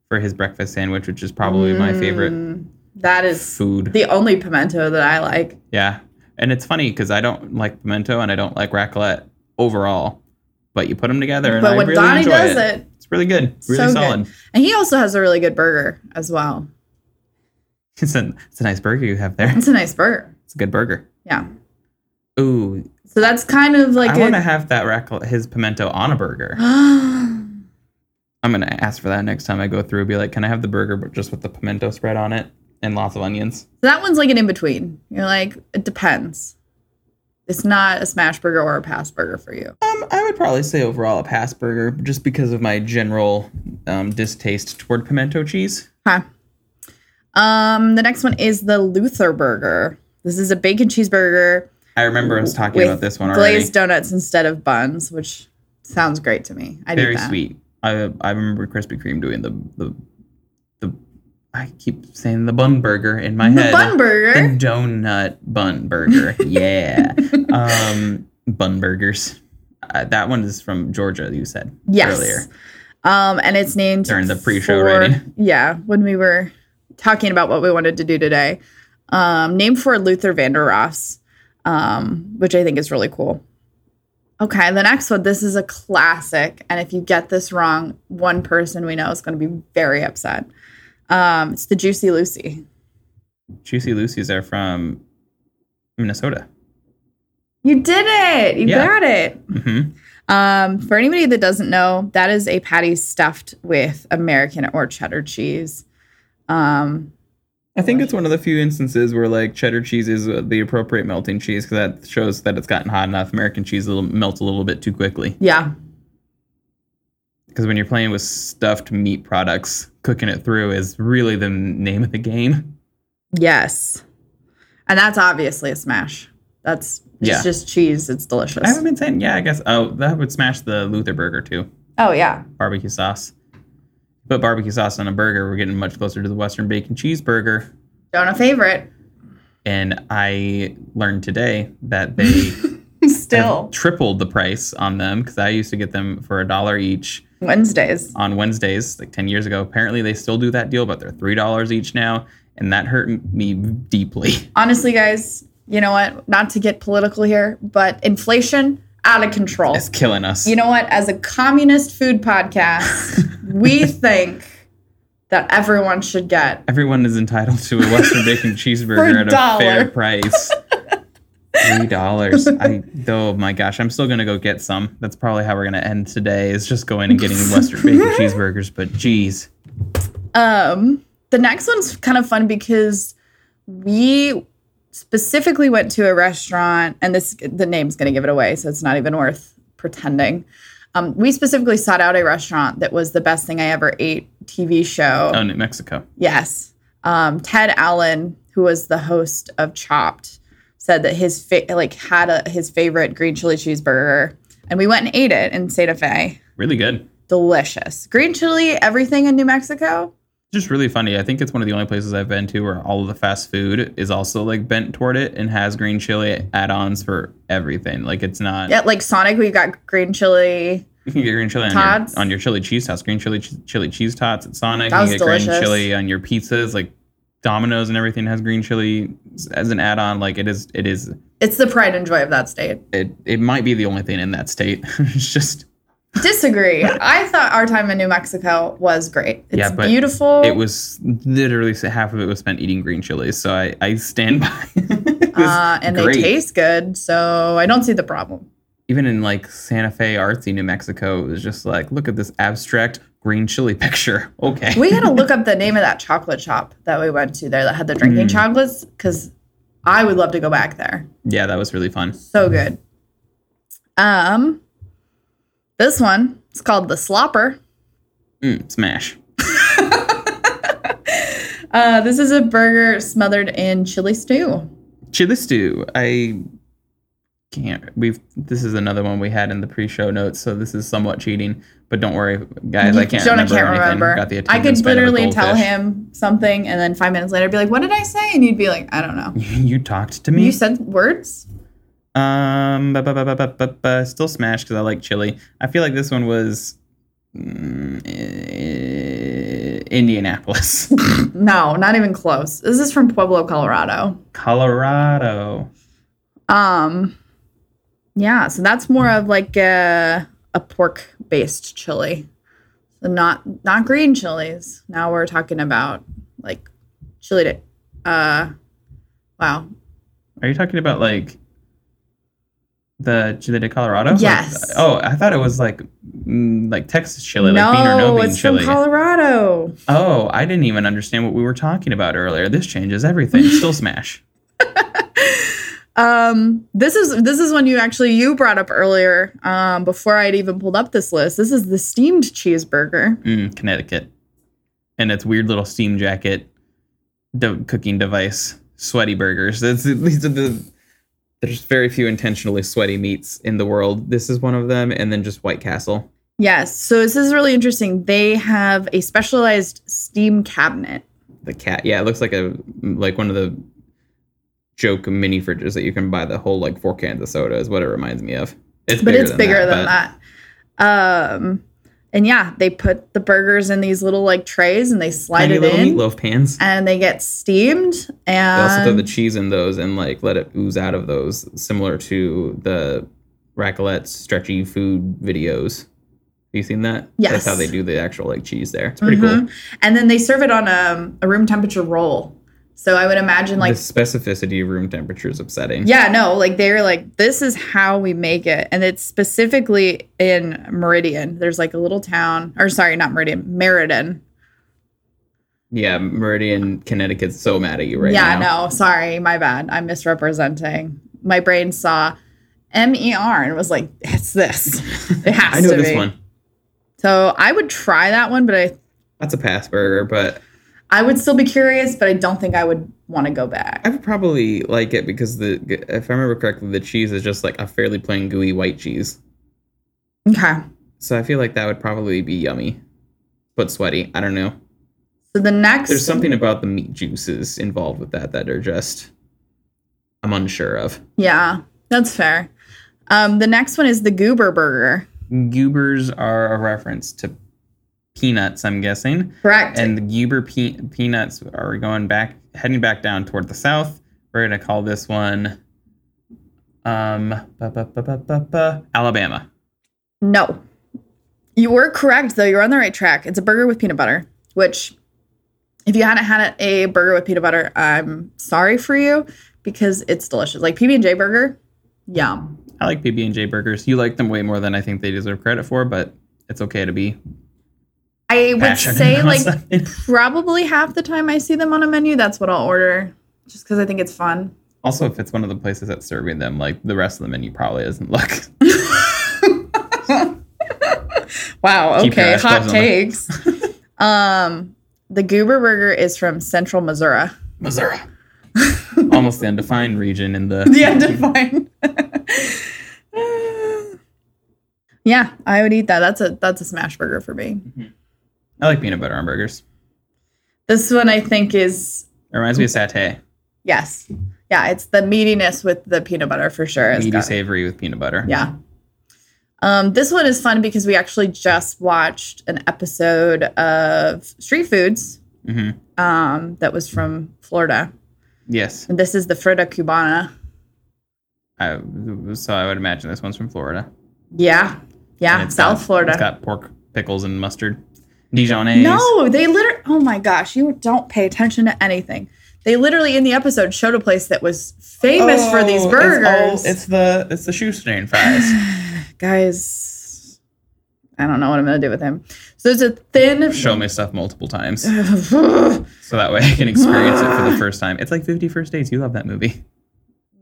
Speaker 1: for his breakfast sandwich, which is probably my favorite
Speaker 2: Mm, That is
Speaker 1: food.
Speaker 2: the only pimento that I like.
Speaker 1: yeah, and it's funny because I don't like pimento and I don't like raclette overall, but you put them together and
Speaker 2: but
Speaker 1: I
Speaker 2: when
Speaker 1: really
Speaker 2: Donnie
Speaker 1: enjoy
Speaker 2: does
Speaker 1: it.
Speaker 2: it,
Speaker 1: It's really good,
Speaker 2: so
Speaker 1: really
Speaker 2: good.
Speaker 1: solid. <laughs>
Speaker 2: and he also has a really good burger as well.
Speaker 1: It's a it's a nice burger you have there.
Speaker 2: It's a nice burger.
Speaker 1: It's a good burger.
Speaker 2: Yeah.
Speaker 1: Ooh,
Speaker 2: So that's kind of like
Speaker 1: I want to
Speaker 2: a,
Speaker 1: have that raclette, his pimento on a
Speaker 2: <gasps>
Speaker 1: burger. I'm gonna ask for that next time I go through. Be like, can I have the burger but just with the pimento spread on it and lots of onions?
Speaker 2: that one's like an in between. You're like, it depends. It's not a smash burger or a pass burger for you.
Speaker 1: Um, I would probably say overall a pass burger, just because of my general um, distaste toward pimento cheese.
Speaker 2: Huh. Um, the next one is the Luther burger. This is a bacon cheeseburger
Speaker 1: I remember us talking
Speaker 2: with
Speaker 1: about this one already.
Speaker 2: glazed donuts instead of buns, which sounds great to me. I
Speaker 1: Very
Speaker 2: need that.
Speaker 1: sweet. I I remember Krispy Kreme doing the the the. I keep saying the bun burger in my
Speaker 2: The
Speaker 1: head.
Speaker 2: bun
Speaker 1: The
Speaker 2: burger.
Speaker 1: donut bun
Speaker 2: <laughs>
Speaker 1: burger. Yeah. um, bun burgers. Uh, that one is from Georgia. You said
Speaker 2: Yes.
Speaker 1: earlier.
Speaker 2: Um, and it's named
Speaker 1: During the pre-show
Speaker 2: for-
Speaker 1: rating.
Speaker 2: Yeah, when we were talking about what we wanted to do today, um, named for Luther Vander Ross, um, which I think is really cool. Okay, the next one. This is a classic, and if you get this wrong, one person we know is going to be very upset. Um, it's the Juicy Lucy.
Speaker 1: Juicy Lucy's are from Minnesota.
Speaker 2: You did it! You
Speaker 1: Yeah.
Speaker 2: got it.
Speaker 1: hmm
Speaker 2: Um, for anybody that doesn't know, that is a patty stuffed with American or cheddar cheese. Um,
Speaker 1: I think it's one of the few instances where like cheddar cheese is uh, the appropriate melting cheese because that shows that it's gotten hot enough. American cheese will melt a little bit too quickly
Speaker 2: yeah,
Speaker 1: because when you're playing with stuffed meat products, cooking it through is really the name of the game.
Speaker 2: Yes. And that's obviously a smash. That's it's
Speaker 1: Yeah.
Speaker 2: just cheese. It's
Speaker 1: I
Speaker 2: delicious.
Speaker 1: haven't been saying, yeah, I guess. Oh, that would smash the Luther burger too.
Speaker 2: Oh, yeah.
Speaker 1: Barbecue sauce. Put barbecue sauce on a burger, we're getting much closer to the Western bacon cheeseburger.
Speaker 2: Donut favorite.
Speaker 1: And I learned today that they have tripled the price on them because I used to get them for a dollar each
Speaker 2: Wednesdays.
Speaker 1: on Wednesdays like 10 years ago. Apparently, they still do that deal, but they're $3 each now. And that hurt m- me deeply. <laughs>
Speaker 2: Honestly, guys, you know what? Not to get political here, but inflation out of control.
Speaker 1: It's killing us.
Speaker 2: You know what? As a communist food podcast,
Speaker 1: <laughs>
Speaker 2: we think that everyone should get.
Speaker 1: Everyone is entitled to a Western bacon
Speaker 2: <laughs> For a
Speaker 1: cheeseburger at a
Speaker 2: dollar.
Speaker 1: fair price. Three dollars. I oh my gosh, I'm still gonna go get some. That's probably how we're gonna end today. Is just going and getting Western
Speaker 2: <laughs>
Speaker 1: bacon cheeseburgers. But geez,
Speaker 2: Um, the next one's kind of fun because we specifically went to a restaurant, and this the name's going to give it away, so it's not even worth pretending. Um, we specifically sought out a restaurant that was the best thing I ever ate TV show.
Speaker 1: oh, New Mexico.
Speaker 2: Yes. Um, Ted Allen, who was the host of Chopped, said that his fa- like had a, his favorite green chili cheeseburger, and we went and ate it in Santa Fe.
Speaker 1: Really good.
Speaker 2: delicious. Green chili, everything in New Mexico.
Speaker 1: just really funny. I think it's one of the only places I've been to where all of the fast food is also like bent toward it and has green chili add-ons for everything. Like it's not
Speaker 2: At like Sonic, we've got green chili.
Speaker 1: you can get green chili on
Speaker 2: Tots.
Speaker 1: your, on your chili cheese tots, green chili ch- chili cheese tots at Sonic.
Speaker 2: That
Speaker 1: You can
Speaker 2: was
Speaker 1: get green
Speaker 2: delicious.
Speaker 1: chili on your pizzas, like Domino's and everything has green chili as an add-on. Like it is, it is,
Speaker 2: It's the pride and joy of that state.
Speaker 1: it it might be the only thing in that state. <laughs> it's just
Speaker 2: Disagree. I thought our time in New Mexico was great. It's
Speaker 1: Yeah, but
Speaker 2: beautiful.
Speaker 1: it was literally half of it was spent eating green chilies. So I I stand <laughs> by. It was
Speaker 2: uh, and they
Speaker 1: great.
Speaker 2: taste good, so I don't see the problem.
Speaker 1: even in like Santa Fe artsy New Mexico, it was just like, look at this abstract green chili <laughs> picture. Okay.
Speaker 2: We gotta look up the name of that chocolate shop that we went to there that had the drinking
Speaker 1: Mm.
Speaker 2: chocolates because I would love to go back there.
Speaker 1: yeah, that was really fun.
Speaker 2: So good. Um, this one it's called the Slopper.
Speaker 1: Mm, smash.
Speaker 2: Uh, this is a burger smothered in chili stew.
Speaker 1: Chili stew. I can't. We've. This is another one we had in the pre-show notes, so this is somewhat cheating. But don't worry, guys. I can't
Speaker 2: Jonah
Speaker 1: remember
Speaker 2: can't
Speaker 1: anything.
Speaker 2: remember.
Speaker 1: Got the
Speaker 2: I
Speaker 1: attention
Speaker 2: could
Speaker 1: span of a
Speaker 2: literally tell
Speaker 1: goldfish.
Speaker 2: him something, and then five minutes later, I'd be like, "What did I say?" And he'd be like, "I don't know."
Speaker 1: <laughs> You talked to me.
Speaker 2: You said words.
Speaker 1: Um, but, but, but, but, but, but still smash because I like chili. I feel like this one was mm, eh, Indianapolis, <laughs>
Speaker 2: No, not even close. This is from Pueblo, Colorado.
Speaker 1: Colorado.
Speaker 2: Um, yeah, so that's more of like a, a pork based chili, so not not green chilies. Now we're talking about like chili. To, uh, wow.
Speaker 1: Are you talking about like the chili de Colorado? Like,
Speaker 2: Yes.
Speaker 1: oh, I thought it was like mm, like Texas chili, like bean or no
Speaker 2: no,
Speaker 1: bean
Speaker 2: it's
Speaker 1: chili.
Speaker 2: from Colorado.
Speaker 1: oh, I didn't even understand what we were talking about earlier. This changes
Speaker 2: <laughs>
Speaker 1: everything. still smash.
Speaker 2: Um, this is this is one you actually you brought up earlier. Um, before I'd even pulled up this list, this is the steamed cheeseburger.
Speaker 1: Mm, Connecticut, and its weird little steam jacket de- cooking device. Sweaty burgers. That's <laughs> these are the. There's very few intentionally sweaty meats in the world. This is one of them, and then just White Castle.
Speaker 2: Yes, so this is really interesting. They have a specialized steam cabinet.
Speaker 1: the cat yeah it looks like a like one of the joke mini fridges that you can buy the whole like four cans of soda is what it reminds me of it's
Speaker 2: but it's bigger than
Speaker 1: but
Speaker 2: that. Um, and yeah, they put the burgers in these little like trays and they slide
Speaker 1: tiny
Speaker 2: it
Speaker 1: little
Speaker 2: in,
Speaker 1: meatloaf pans
Speaker 2: and they get steamed.
Speaker 1: they also throw
Speaker 2: And
Speaker 1: the cheese in those and like let it ooze out of those similar to the raclette stretchy food videos have you seen that that's how
Speaker 2: Yes.
Speaker 1: they do the actual like cheese there it's pretty
Speaker 2: Mhm.
Speaker 1: cool
Speaker 2: And then they serve it on a, a room temperature roll. So I would imagine like
Speaker 1: the specificity of room temperature is upsetting
Speaker 2: yeah, no, like they're like this is how we make it, and it's specifically in Meridian. There's like a little town, or sorry, not Meridian, Meriden.
Speaker 1: yeah meridian connecticut's so mad at you right
Speaker 2: yeah,
Speaker 1: now
Speaker 2: no, sorry, my bad. I'm misrepresenting. My brain saw M E R and was like,
Speaker 1: <laughs>
Speaker 2: it's this. It has
Speaker 1: i know
Speaker 2: to
Speaker 1: this
Speaker 2: be.
Speaker 1: one
Speaker 2: So I would try that one, but I
Speaker 1: that's a pass burger but
Speaker 2: I would still be curious, but I don't think I would want to go back.
Speaker 1: I would probably like it because the if I remember correctly, the cheese is just like a fairly plain gooey white cheese.
Speaker 2: Okay.
Speaker 1: So I feel like that would probably be yummy, but sweaty. I don't know.
Speaker 2: So the next
Speaker 1: There's something about the meat juices involved with that that are just I'm unsure of.
Speaker 2: Yeah, that's fair. Um, the next one is the Goober Burger.
Speaker 1: Goobers are a reference to peanuts, I'm guessing.
Speaker 2: Correct.
Speaker 1: and the Guber pe- peanuts are going back, heading back down toward the south. We're gonna call this one, um, ba- ba- ba- ba- ba- ba- Alabama.
Speaker 2: no. You were correct though, you're on the right track. It's a burger with peanut butter, which if you hadn't had a burger with peanut butter, I'm sorry for you because it's delicious. Like PB and J burger, yum.
Speaker 1: I like PB and J burgers. You like them way more than I think they deserve credit for, but it's okay to be.
Speaker 2: I would
Speaker 1: passionate <laughs>
Speaker 2: say
Speaker 1: about
Speaker 2: like
Speaker 1: something.
Speaker 2: probably half the time I see them on a menu, that's what I'll order. Just because I think it's fun.
Speaker 1: Also, if it's one of the places that's serving them, like the rest of the menu probably doesn't <laughs> look.
Speaker 2: Wow,
Speaker 1: Keep your
Speaker 2: okay.
Speaker 1: eyes closed
Speaker 2: Hot
Speaker 1: on that.
Speaker 2: takes. <laughs> um the Goober Burger is from central Missouri.
Speaker 1: Missouri, <laughs> almost the
Speaker 2: <laughs>
Speaker 1: undefined region in the.
Speaker 2: the undefined. <laughs> Yeah, I would eat that. That's a that's a smash burger for me.
Speaker 1: Mm-hmm. I like peanut butter on burgers.
Speaker 2: This one I think is
Speaker 1: It reminds me of satay.
Speaker 2: yes. Yeah, it's the meatiness with the peanut butter for sure. It's
Speaker 1: Meaty
Speaker 2: got-
Speaker 1: savory with peanut butter.
Speaker 2: Yeah. Um, this one is fun because we actually just watched an episode of Street Foods
Speaker 1: hmm
Speaker 2: um, that was from Florida.
Speaker 1: Yes.
Speaker 2: And this is the Frita Cubana.
Speaker 1: I, so I would imagine this one's from Florida.
Speaker 2: Yeah. Yeah.
Speaker 1: And it's
Speaker 2: South
Speaker 1: got-
Speaker 2: Florida.
Speaker 1: It's got pork pickles and mustard. Dijonnaise.
Speaker 2: No, they literally. Oh my gosh, you don't pay attention to anything. They literally in the episode showed a place that was famous for these
Speaker 1: Oh, it's
Speaker 2: burgers.
Speaker 1: all- It's, the it's the shoestring fries.
Speaker 2: Guys, I don't know what I'm gonna do with him. So there's a thin.
Speaker 1: Show me stuff multiple times so that way I can experience it for the first time. It's like Fifty First Dates. You love that movie.
Speaker 2: <laughs>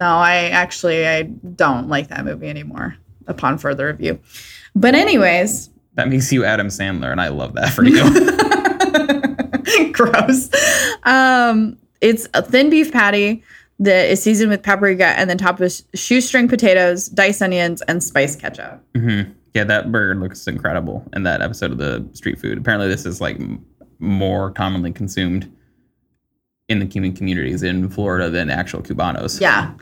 Speaker 2: No, I actually I don't like that movie anymore. Upon further review, but anyways,
Speaker 1: That makes you Adam Sandler, and I love that for you.
Speaker 2: <laughs> Gross. Um, it's a thin beef patty that is seasoned with paprika and then topped with shoestring potatoes, diced onions, and spice ketchup.
Speaker 1: hmm Yeah, that burger looks incredible in that episode of the street food. Apparently, this is like m- more commonly consumed in the Cuban communities in Florida than actual Cubanos.
Speaker 2: Yeah.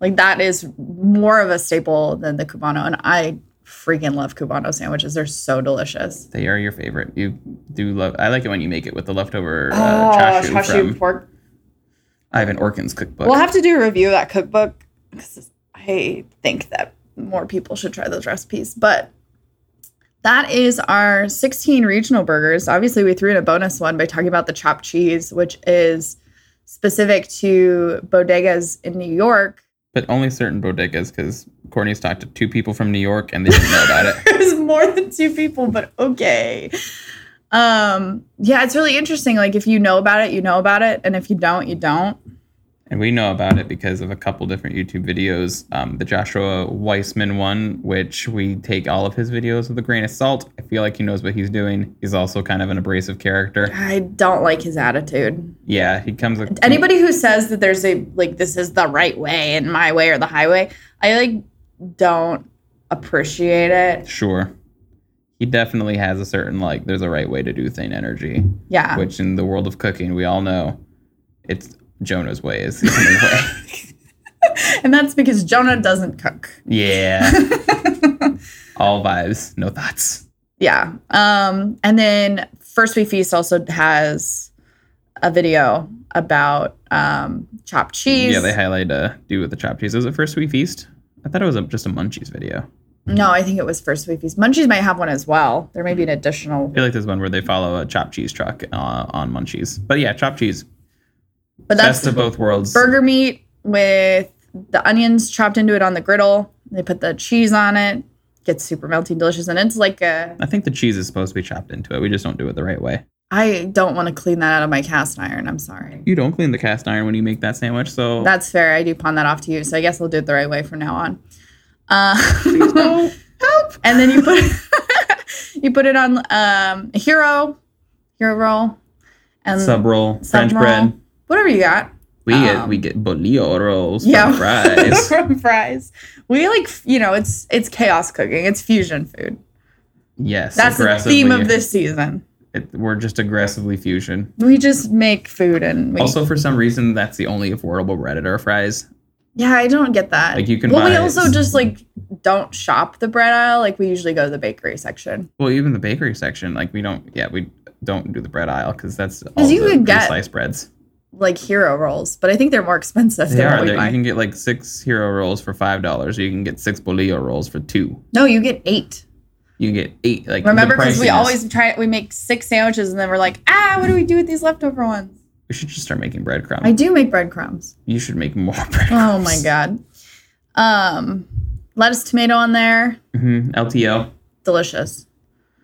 Speaker 2: Like that is more of a staple than the Cubano. And I freaking love Cubano sandwiches. They're so delicious.
Speaker 1: They are your favorite. You do love. I like it when you make it with the leftover uh,
Speaker 2: Oh,
Speaker 1: chashu, from
Speaker 2: pork.
Speaker 1: Ivan Orkin's cookbook.
Speaker 2: We'll have to do a review of that cookbook because I think that more people should try those recipes. But that is our 16 regional burgers. Obviously, we threw in a bonus one by talking about the chopped cheese, which is specific to bodegas in New York. <laughs>
Speaker 1: but only certain bodegas because Courtney's talked to two people from New York and they didn't know about it.
Speaker 2: There's more than two people, but okay. Um, yeah, it's really interesting. Like if you know about it, you know about it, and if you don't, you don't.
Speaker 1: And we know about it because of a couple different YouTube videos. Um, the Joshua Weissman one, which we take all of his videos with a grain of salt. I feel like he knows what he's doing. He's also kind of an abrasive character.
Speaker 2: I don't like his attitude.
Speaker 1: Yeah, he comes. ac-
Speaker 2: Anybody who says that there's a like this is the right way and my way or the highway, I like don't appreciate it.
Speaker 1: Sure. He definitely has a certain, like, there's a right way to do thing energy,
Speaker 2: Yeah.
Speaker 1: which in the world of cooking, we all know it's Jonah's way is the only way.
Speaker 2: And that's because Jonah doesn't cook.
Speaker 1: Yeah. all vibes, no thoughts.
Speaker 2: Yeah. Um and then First We Feast also has a video about um chopped cheese.
Speaker 1: Yeah, they highlight uh, do with the chopped cheese. Was it first sweet feast? I thought it was a, just a munchies video.
Speaker 2: No, I think it was First We Feast. Munchies might have one as well. There may be an additional
Speaker 1: I feel like there's one where they follow a chopped cheese truck uh, on munchies. But yeah, chopped cheese,
Speaker 2: but that's
Speaker 1: best of both worlds.
Speaker 2: burger meat with the onions chopped into it on the griddle. They put the cheese on it. Gets super melty and delicious. And it's like a
Speaker 1: I think the cheese is supposed to be chopped into it. We just don't do it the right way.
Speaker 2: I don't want to clean that out of my cast iron. I'm sorry.
Speaker 1: You don't clean the cast iron when you make that sandwich, so <laughs>
Speaker 2: That's fair. I do pawn that off to you. So I guess we'll do it the right way from now on. Uh, <laughs>
Speaker 1: No.
Speaker 2: and then you put <laughs> you put it on um, a hero, hero roll, and
Speaker 1: Mm. sub roll, French
Speaker 2: roll.
Speaker 1: bread.
Speaker 2: whatever you got.
Speaker 1: We get
Speaker 2: Um,
Speaker 1: we get bolillo rolls,
Speaker 2: yeah
Speaker 1: yeah,
Speaker 2: <laughs>
Speaker 1: fries.
Speaker 2: from fries. We like f- you know it's it's chaos cooking. It's fusion food.
Speaker 1: yes,
Speaker 2: That's the theme
Speaker 1: aggressively.
Speaker 2: of this season.
Speaker 1: It- we're just aggressively fusion.
Speaker 2: We just make food and we.
Speaker 1: Also, for some reason, that's the only affordable bread at our fries.
Speaker 2: yeah, I don't get that.
Speaker 1: Like, you can
Speaker 2: Well, we
Speaker 1: buy-
Speaker 2: also just like don't shop the bread aisle. Like we usually go to the bakery section.
Speaker 1: Well, even the bakery section, like we don't, yeah, we don't do the bread aisle because that's all
Speaker 2: 'Cause you
Speaker 1: the
Speaker 2: could get-
Speaker 1: sliced breads.
Speaker 2: Like hero rolls, but I think they're more expensive
Speaker 1: They
Speaker 2: than
Speaker 1: are.
Speaker 2: what we
Speaker 1: There.
Speaker 2: buy.
Speaker 1: You can get like six hero rolls for five dollars. You can get six bolillo rolls for two.
Speaker 2: no, you get eight.
Speaker 1: You can get eight. Like the
Speaker 2: Remember, because
Speaker 1: pricing
Speaker 2: we
Speaker 1: is-
Speaker 2: always try. We make six sandwiches and then we're like, ah, what do we do with these leftover ones?
Speaker 1: we should just start making breadcrumbs.
Speaker 2: I do make breadcrumbs.
Speaker 1: you should make more <laughs> breadcrumbs.
Speaker 2: Oh my god. Um, lettuce, tomato on there,
Speaker 1: hmm LTO,
Speaker 2: delicious.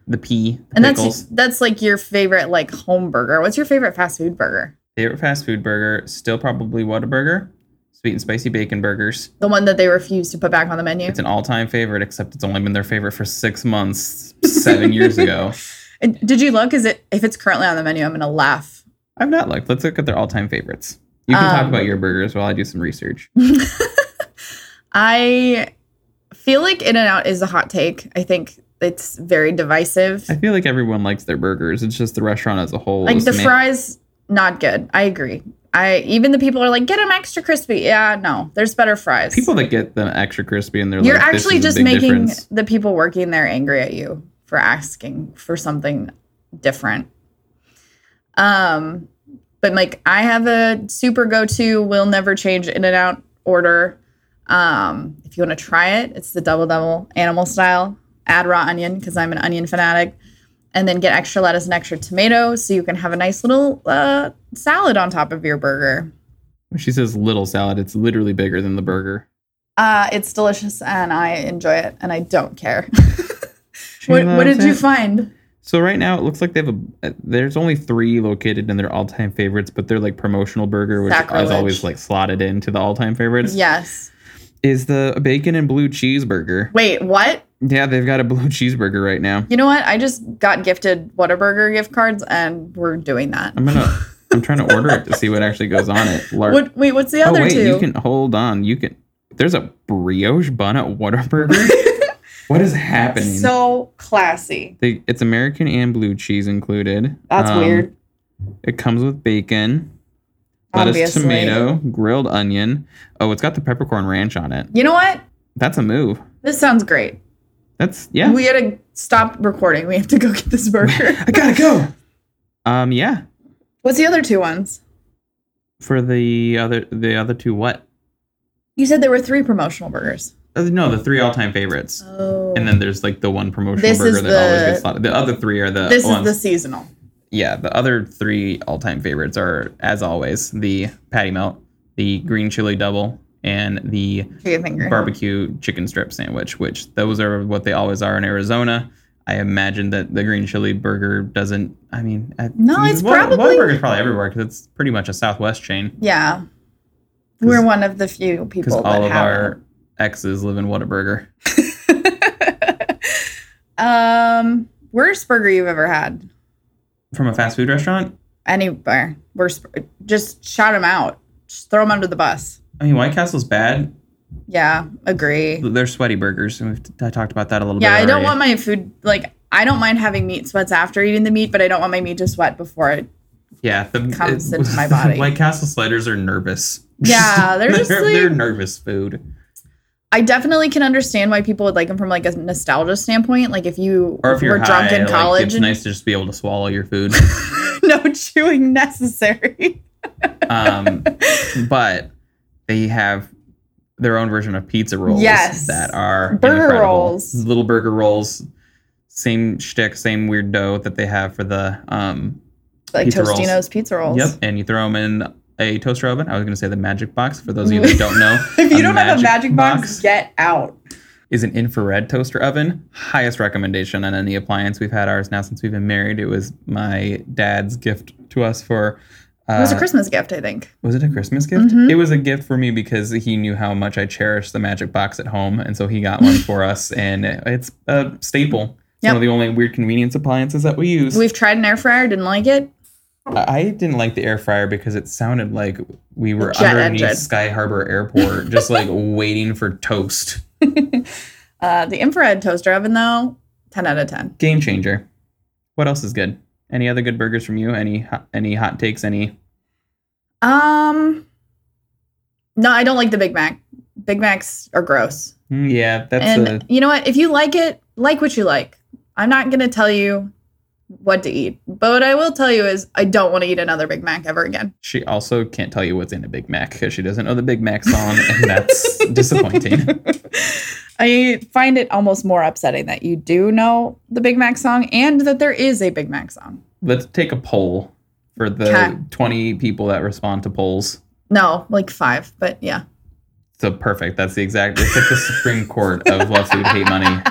Speaker 1: the pea, the
Speaker 2: And
Speaker 1: pickles.
Speaker 2: that's that's like your favorite like home burger. What's your favorite fast food burger?
Speaker 1: Favorite fast food burger, still probably Whataburger. Sweet and spicy bacon burgers.
Speaker 2: The one that they refuse to put back on the menu.
Speaker 1: It's an all-time favorite, except it's only been their favorite for six months,
Speaker 2: <laughs>
Speaker 1: seven years ago.
Speaker 2: And did you look? Is it if it's currently on the menu? I'm gonna laugh.
Speaker 1: I've not looked. Let's look at their all-time favorites. You can talk
Speaker 2: Um,
Speaker 1: about your burgers while I do some research.
Speaker 2: I feel like In and Out is a hot take. I think it's very divisive.
Speaker 1: I feel like everyone likes their burgers. It's just the restaurant as a whole.
Speaker 2: Like
Speaker 1: is
Speaker 2: the
Speaker 1: meh.
Speaker 2: fries, not good. I agree. I even the people are like, get them extra crispy. Yeah, no, there's better fries.
Speaker 1: People that get them extra crispy and they're
Speaker 2: You're
Speaker 1: like, this
Speaker 2: actually
Speaker 1: is a
Speaker 2: just
Speaker 1: big
Speaker 2: making
Speaker 1: difference.
Speaker 2: the people working there angry at you for asking for something different. Um, but like I have a super go-to, will never change in and out order. Um, if you want to try it, it's the double double animal style. Add raw onion because I'm an onion fanatic, and then get extra lettuce and extra tomato so you can have a nice little uh, salad on top of your burger.
Speaker 1: When she says little salad, it's literally bigger than the burger.
Speaker 2: Uh, it's delicious and I enjoy it and I don't care. <laughs> What, what did
Speaker 1: loves
Speaker 2: you
Speaker 1: it.
Speaker 2: find?
Speaker 1: So right now it looks like they have a. uh, There's only three located in their all-time favorites, but they're like promotional burger, which
Speaker 2: Sacrilege.
Speaker 1: is always like slotted into the all-time favorites.
Speaker 2: Yes.
Speaker 1: Is the bacon and blue cheeseburger?
Speaker 2: Wait, what?
Speaker 1: Yeah, they've got a blue cheeseburger right now.
Speaker 2: You know what? I just got gifted Whataburger gift cards and we're doing that.
Speaker 1: I'm
Speaker 2: <laughs>
Speaker 1: gonna. I'm trying to order it to see what actually goes on it. Lar-
Speaker 2: What, wait, what's the
Speaker 1: oh
Speaker 2: other
Speaker 1: wait,
Speaker 2: two?
Speaker 1: you can hold on. You can. There's a brioche bun at
Speaker 2: <laughs>
Speaker 1: Whataburger. what is happening?
Speaker 2: so classy.
Speaker 1: they, it's American and blue cheese included.
Speaker 2: That's
Speaker 1: Um,
Speaker 2: weird.
Speaker 1: It comes with bacon, lettuce,
Speaker 2: Obviously.
Speaker 1: tomato, grilled onion. Oh, it's got the peppercorn ranch on it.
Speaker 2: You know what?
Speaker 1: That's a move.
Speaker 2: This sounds great.
Speaker 1: That's yeah.
Speaker 2: We gotta stop recording. We have to go get
Speaker 1: <laughs>
Speaker 2: this burger.
Speaker 1: I gotta go. Um, yeah.
Speaker 2: what's the other two ones?
Speaker 1: For the other, the other two, what?
Speaker 2: You said there were three promotional burgers.
Speaker 1: Uh, No, the three all-time favorites.
Speaker 2: Oh.
Speaker 1: And then there's like the one promotional
Speaker 2: This
Speaker 1: burger
Speaker 2: is
Speaker 1: that always
Speaker 2: the-
Speaker 1: gets slotted. The other three are the
Speaker 2: this
Speaker 1: ones.
Speaker 2: is the seasonal.
Speaker 1: yeah, the other three all-time favorites are, as always, the patty melt, the green chili double, and the
Speaker 2: Chicken finger.
Speaker 1: barbecue chicken strip sandwich, which those are what they always are in Arizona. I imagine that the green chili burger doesn't. I mean, I-
Speaker 2: No, it's
Speaker 1: Wa-
Speaker 2: probably-
Speaker 1: Whataburger's probably everywhere because it's pretty much a Southwest chain.
Speaker 2: yeah. We're one of the few
Speaker 1: Because
Speaker 2: people that
Speaker 1: all of
Speaker 2: have
Speaker 1: our exes live in Whataburger.
Speaker 2: Um, worst burger you've ever had
Speaker 1: From a fast food restaurant,
Speaker 2: anywhere? Worst, bur- just shout them out. Just throw them under the bus.
Speaker 1: I mean, White Castle's bad.
Speaker 2: Yeah, agree.
Speaker 1: They're sweaty burgers, and we've t- I talked about that a little
Speaker 2: Yeah,
Speaker 1: bit.
Speaker 2: I don't
Speaker 1: already.
Speaker 2: want my food like I don't mind having meat sweats after eating the meat, but I don't want my meat to sweat before it.
Speaker 1: yeah, the,
Speaker 2: comes into my
Speaker 1: <laughs>
Speaker 2: body.
Speaker 1: White Castle sliders are nervous. <laughs>
Speaker 2: Yeah, they're just like-
Speaker 1: they're nervous food.
Speaker 2: I definitely can understand why people would like them from like a nostalgia standpoint. Like if you
Speaker 1: Or if you're
Speaker 2: were drunk
Speaker 1: high,
Speaker 2: in
Speaker 1: like,
Speaker 2: college
Speaker 1: it's
Speaker 2: and
Speaker 1: nice to just be able to swallow your food.
Speaker 2: <laughs> no chewing necessary. <laughs>
Speaker 1: um, <laughs> but they have their own version of pizza rolls
Speaker 2: Yes.
Speaker 1: that are
Speaker 2: Burger
Speaker 1: incredible.
Speaker 2: rolls.
Speaker 1: little burger rolls, same shtick, same weird dough that they have for the um,
Speaker 2: Like
Speaker 1: Pizza rolls.
Speaker 2: Tostino's pizza rolls.
Speaker 1: yep, and you throw them in a toaster oven. I was gonna say the magic box for those of you that don't know.
Speaker 2: <laughs> If you don't have a magic box, get out.
Speaker 1: is an infrared toaster oven. Highest recommendation on any appliance. We've had ours now since we've been married. It was my dad's gift to us for. Uh,
Speaker 2: It was a Christmas gift, I think.
Speaker 1: Was it a Christmas gift?
Speaker 2: Mm-hmm.
Speaker 1: It was a gift for me because he knew how much I cherished the magic box at home. And so he got
Speaker 2: <laughs>
Speaker 1: one for us. And it's a staple. It's
Speaker 2: Yep.
Speaker 1: one of the only weird convenience appliances that we use.
Speaker 2: We've tried an air fryer, didn't like it.
Speaker 1: I I didn't like the air fryer because it sounded like we were
Speaker 2: Jet
Speaker 1: underneath
Speaker 2: engine.
Speaker 1: Sky Harbor Airport, just
Speaker 2: <laughs>
Speaker 1: like waiting for toast.
Speaker 2: Uh, the infrared toaster oven, though, 10 out of 10.
Speaker 1: Game changer. What else is good? Any other good burgers from you? Any hot, any hot takes? Any?
Speaker 2: Um, no, I don't like the Big Mac. Big Macs are gross.
Speaker 1: Mm, Yeah, that's
Speaker 2: and
Speaker 1: a
Speaker 2: you know what? If you like it, like what you like. I'm not going to tell you what to eat. But what I will tell you is I don't want to eat another Big Mac ever again.
Speaker 1: She also can't tell you what's in a Big Mac because she doesn't know the Big Mac song, and that's
Speaker 2: <laughs>
Speaker 1: disappointing.
Speaker 2: I find it almost more upsetting that you do know the Big Mac song and that there is a Big Mac song.
Speaker 1: Let's take a poll for the
Speaker 2: Okay.
Speaker 1: 20 people that respond to polls.
Speaker 2: No, like five, but yeah.
Speaker 1: So perfect. That's the exact. It's like the Supreme Court
Speaker 2: <laughs>
Speaker 1: of love food, hate money.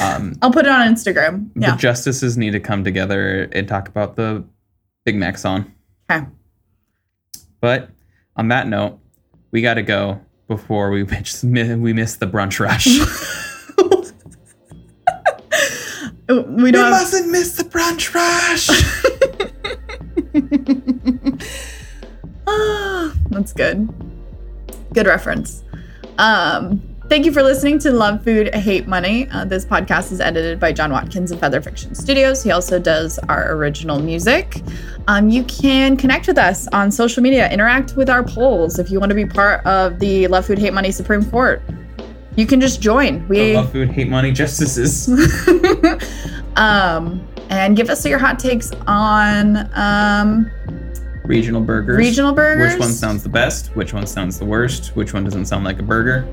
Speaker 1: Um,
Speaker 2: I'll put it on Instagram.
Speaker 1: The <laughs>
Speaker 2: Yeah. <laughs>
Speaker 1: justices need to come together and talk about the Big Mac song.
Speaker 2: Okay.
Speaker 1: But on that note, we got to go before we <laughs> miss, we miss the brunch
Speaker 2: <laughs>
Speaker 1: rush.
Speaker 2: we don't. have-
Speaker 1: miss the brunch rush.
Speaker 2: <gasps> Ah, that's good. Good reference. Um, Thank you for listening to Love Food, Hate Money. Uh, this podcast is edited by John Watkins of Feather Fiction Studios. He also does our original music. Um, you can connect with us on social media, interact with our polls if you want to be part of the Love Food, Hate Money Supreme Court. You can just join.
Speaker 1: The
Speaker 2: We
Speaker 1: love food, hate money justices.
Speaker 2: <laughs> um, and give us your hot takes on um,
Speaker 1: Regional burgers.
Speaker 2: regional burgers.
Speaker 1: Which one sounds the best? Which one sounds the worst? Which one doesn't sound like a burger?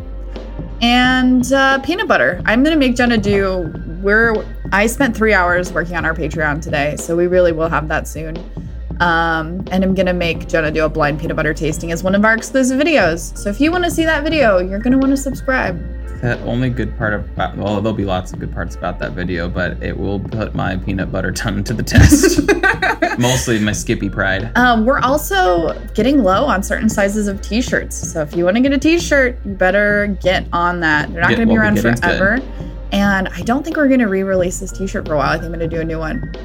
Speaker 2: and uh, peanut butter. I'm gonna make Jenna do. We're I spent three hours working on our Patreon today, so we really will have that soon. Um, and I'm gonna make Jenna do a blind peanut butter tasting as one of our exclusive videos. So if you want to see that video, you're gonna want to subscribe. <laughs>
Speaker 1: The only good part about well, there'll be lots of good parts about that video, but it will put my peanut butter tongue to the <laughs> test. Mostly my Skippy pride.
Speaker 2: um, we're also getting low on certain sizes of T-shirts, so if you want to get a T-shirt, you better get on that. They're not
Speaker 1: Get
Speaker 2: gonna be
Speaker 1: what we
Speaker 2: around
Speaker 1: get instead.
Speaker 2: forever. And I don't think we're gonna re-release this T-shirt for a while. I think I'm gonna do a new one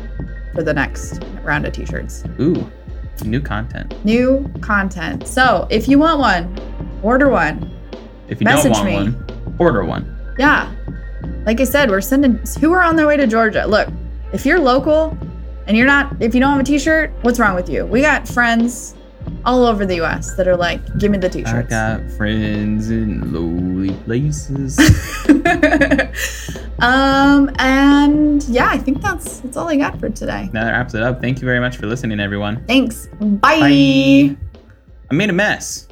Speaker 2: for the next round of T-shirts.
Speaker 1: Ooh, new content.
Speaker 2: new content. So if you want one, order one.
Speaker 1: If you
Speaker 2: Message
Speaker 1: don't want
Speaker 2: me.
Speaker 1: one, order one.
Speaker 2: Yeah. Like I said, we're sending who are on their way to Georgia. Look, if you're local and you're not, if you don't have a t shirt, what's wrong with you? We got friends all over the US that are like, give me the t
Speaker 1: I
Speaker 2: shirts.
Speaker 1: got friends in lowly
Speaker 2: <laughs>
Speaker 1: places.
Speaker 2: um, and yeah, I think that's that's all I got for today.
Speaker 1: now that wraps it up. Thank you very much for listening, everyone.
Speaker 2: Thanks.
Speaker 1: Bye. I made a mess.